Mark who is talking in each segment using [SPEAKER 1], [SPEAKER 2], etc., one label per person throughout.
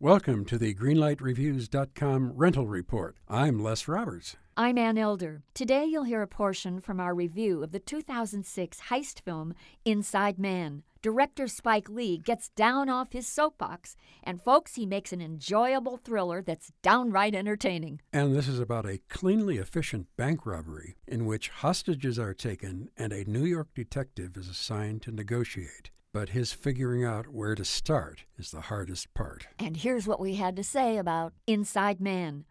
[SPEAKER 1] Welcome to the GreenlightReviews.com rental report. I'm Les Roberts.
[SPEAKER 2] I'm Ann Elder. Today you'll hear a portion from our review of the 2006 heist film Inside Man. Director Spike Lee gets down off his soapbox, and folks, he makes an enjoyable thriller that's downright entertaining.
[SPEAKER 1] And this is about a cleanly efficient bank robbery in which hostages are taken and a New York detective is assigned to negotiate. But his figuring out where to start is the hardest part.
[SPEAKER 2] And here's what we had to say about Inside Man.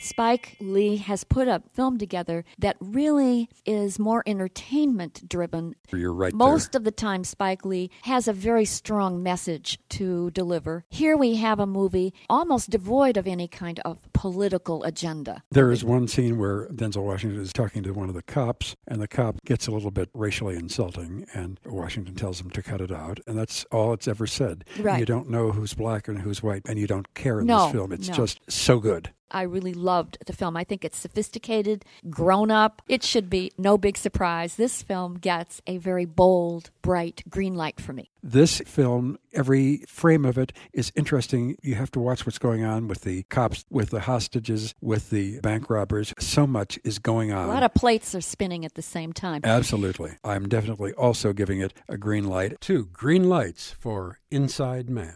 [SPEAKER 2] Spike Lee has put a film together that really is more entertainment driven.
[SPEAKER 1] You're right.
[SPEAKER 2] Most
[SPEAKER 1] there.
[SPEAKER 2] of the time, Spike Lee has a very strong message to deliver. Here we have a movie almost devoid of any kind of political agenda.
[SPEAKER 1] There is one scene where Denzel Washington is talking to one of the cops, and the cop gets a little bit racially insulting, and Washington tells him to cut it out, and that's all it's ever said.
[SPEAKER 2] Right.
[SPEAKER 1] You don't know who's black and who's white, and you don't care in
[SPEAKER 2] No,
[SPEAKER 1] this film. It's
[SPEAKER 2] no.
[SPEAKER 1] just so good.
[SPEAKER 2] I really loved the film. I think it's sophisticated, grown up. It should be no big surprise. This film gets a very bold, bright green light for me.
[SPEAKER 1] This film, every frame of it is interesting. You have to watch what's going on with the cops, with the hostages, with the bank robbers. So much is going on.
[SPEAKER 2] A lot of plates are spinning at the same time.
[SPEAKER 1] Absolutely. I'm definitely also giving it a green light. Two green lights for Inside Man.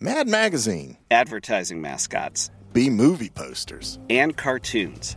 [SPEAKER 3] Mad Magazine,
[SPEAKER 4] advertising mascots,
[SPEAKER 3] B movie posters.
[SPEAKER 4] and cartoons.